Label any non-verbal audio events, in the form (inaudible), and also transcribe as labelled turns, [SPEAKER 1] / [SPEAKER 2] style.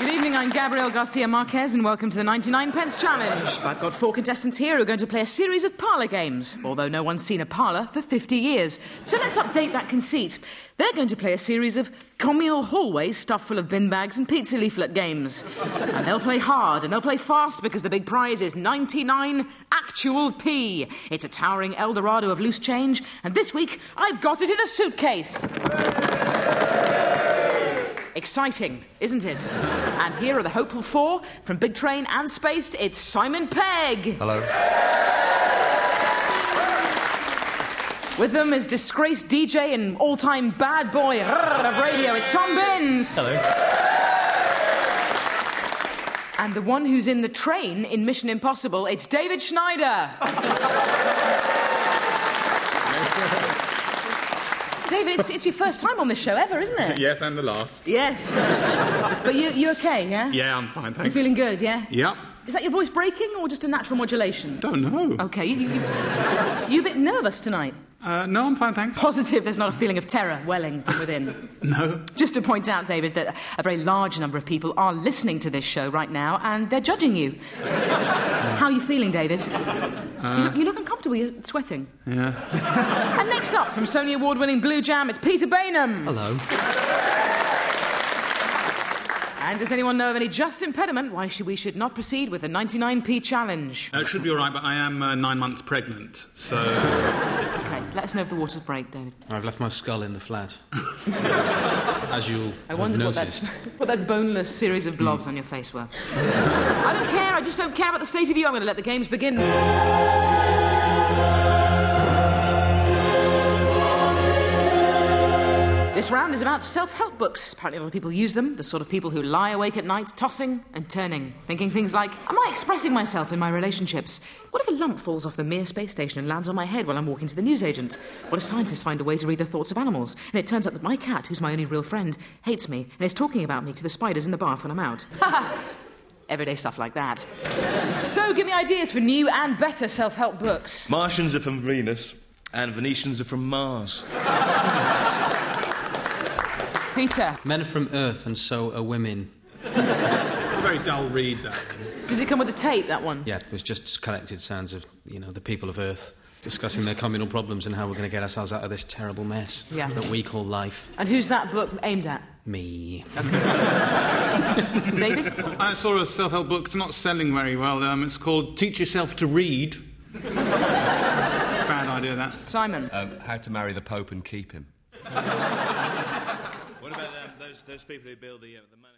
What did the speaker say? [SPEAKER 1] Good evening, I'm Gabriel Garcia Marquez, and welcome to the 99 Pence Challenge. I've got four contestants here who are going to play a series of parlour games, although no one's seen a parlour for 50 years. So let's update that conceit. They're going to play a series of communal hallways stuffed full of bin bags and pizza leaflet games. And they'll play hard and they'll play fast because the big prize is 99 actual P. It's a towering Eldorado of loose change, and this week I've got it in a suitcase. Exciting, isn't it? And here are the hopeful four from Big Train and Spaced. It's Simon Pegg.
[SPEAKER 2] Hello.
[SPEAKER 1] With them is disgraced DJ and all-time bad boy of radio. It's Tom Binns.
[SPEAKER 2] Hello.
[SPEAKER 1] And the one who's in the train in Mission Impossible, it's David
[SPEAKER 2] (laughs)
[SPEAKER 1] Schneider. David, it's, it's your first time on this show ever, isn't it?
[SPEAKER 3] Yes, and the last.
[SPEAKER 1] Yes. but you, you okay, yeah?
[SPEAKER 3] Yeah, I'm fine, thanks.
[SPEAKER 1] Feeling good, yeah?
[SPEAKER 3] Yep.
[SPEAKER 1] Is that your voice breaking or just a natural modulation?
[SPEAKER 3] Don't know.
[SPEAKER 1] Okay, you, you, you a bit nervous tonight.
[SPEAKER 3] Uh, no, I'm fine, thanks.
[SPEAKER 1] Positive there's not a feeling of terror welling from (laughs) within.
[SPEAKER 3] No.
[SPEAKER 1] Just to point out, David, that a very large number of people are listening to this show right now and they're judging you. How are you feeling, David? you, look, you look uncomfortable, you're sweating.
[SPEAKER 3] Yeah.
[SPEAKER 1] And next up, from Sony Award winning Blue Jam, it's Peter Bainham.
[SPEAKER 2] Hello.
[SPEAKER 1] And does anyone know of any just impediment why should, we should not proceed with the 99p challenge?
[SPEAKER 3] Uh, it should be all right, but I am uh, nine months pregnant, so.
[SPEAKER 1] Okay, let us know if the water's break, David.
[SPEAKER 2] I've left my skull in the
[SPEAKER 1] (laughs)
[SPEAKER 2] flat. As you'll
[SPEAKER 1] I
[SPEAKER 2] have
[SPEAKER 1] wondered what that, (laughs)
[SPEAKER 2] noticed. Hmm.
[SPEAKER 1] what that boneless series of blobs on your face were. I don't care, I just don't care about the state of you. I'm going to let the games begin. This round is about self help books. Apparently, a lot of people use them. The sort of people who lie awake at night, tossing and turning, thinking things like, Am I expressing myself in my relationships? What if a lump falls off the Mir space station and lands on my head while I'm walking to the newsagent? What if scientists find a way to read the thoughts of animals? And it turns out that my cat, who's my only real friend, hates me and is talking about me to the spiders in the bath when I'm out. (laughs) Everyday stuff like that. So, give me ideas for new and better self help books.
[SPEAKER 4] Martians are from Venus, and Venetians are from Mars.
[SPEAKER 1] Peter,
[SPEAKER 2] Men are from Earth and so are women.
[SPEAKER 3] Very dull read, that.
[SPEAKER 1] does it come with a tape, that one?
[SPEAKER 2] Yeah, it was just collected sounds of, you know, the people of Earth discussing their communal problems and how we're going to get ourselves out of this terrible mess
[SPEAKER 1] Yeah.
[SPEAKER 2] that we call life.
[SPEAKER 1] And who's that book aimed at?
[SPEAKER 2] Me.
[SPEAKER 1] David?
[SPEAKER 3] I saw a self help book, it's not selling very well. Um, it's called Teach Yourself to Read. (laughs) Bad idea, that.
[SPEAKER 1] Simon.
[SPEAKER 5] Um, how to marry the Pope and keep him.
[SPEAKER 4] What about um, those, those people who build the, uh, the money?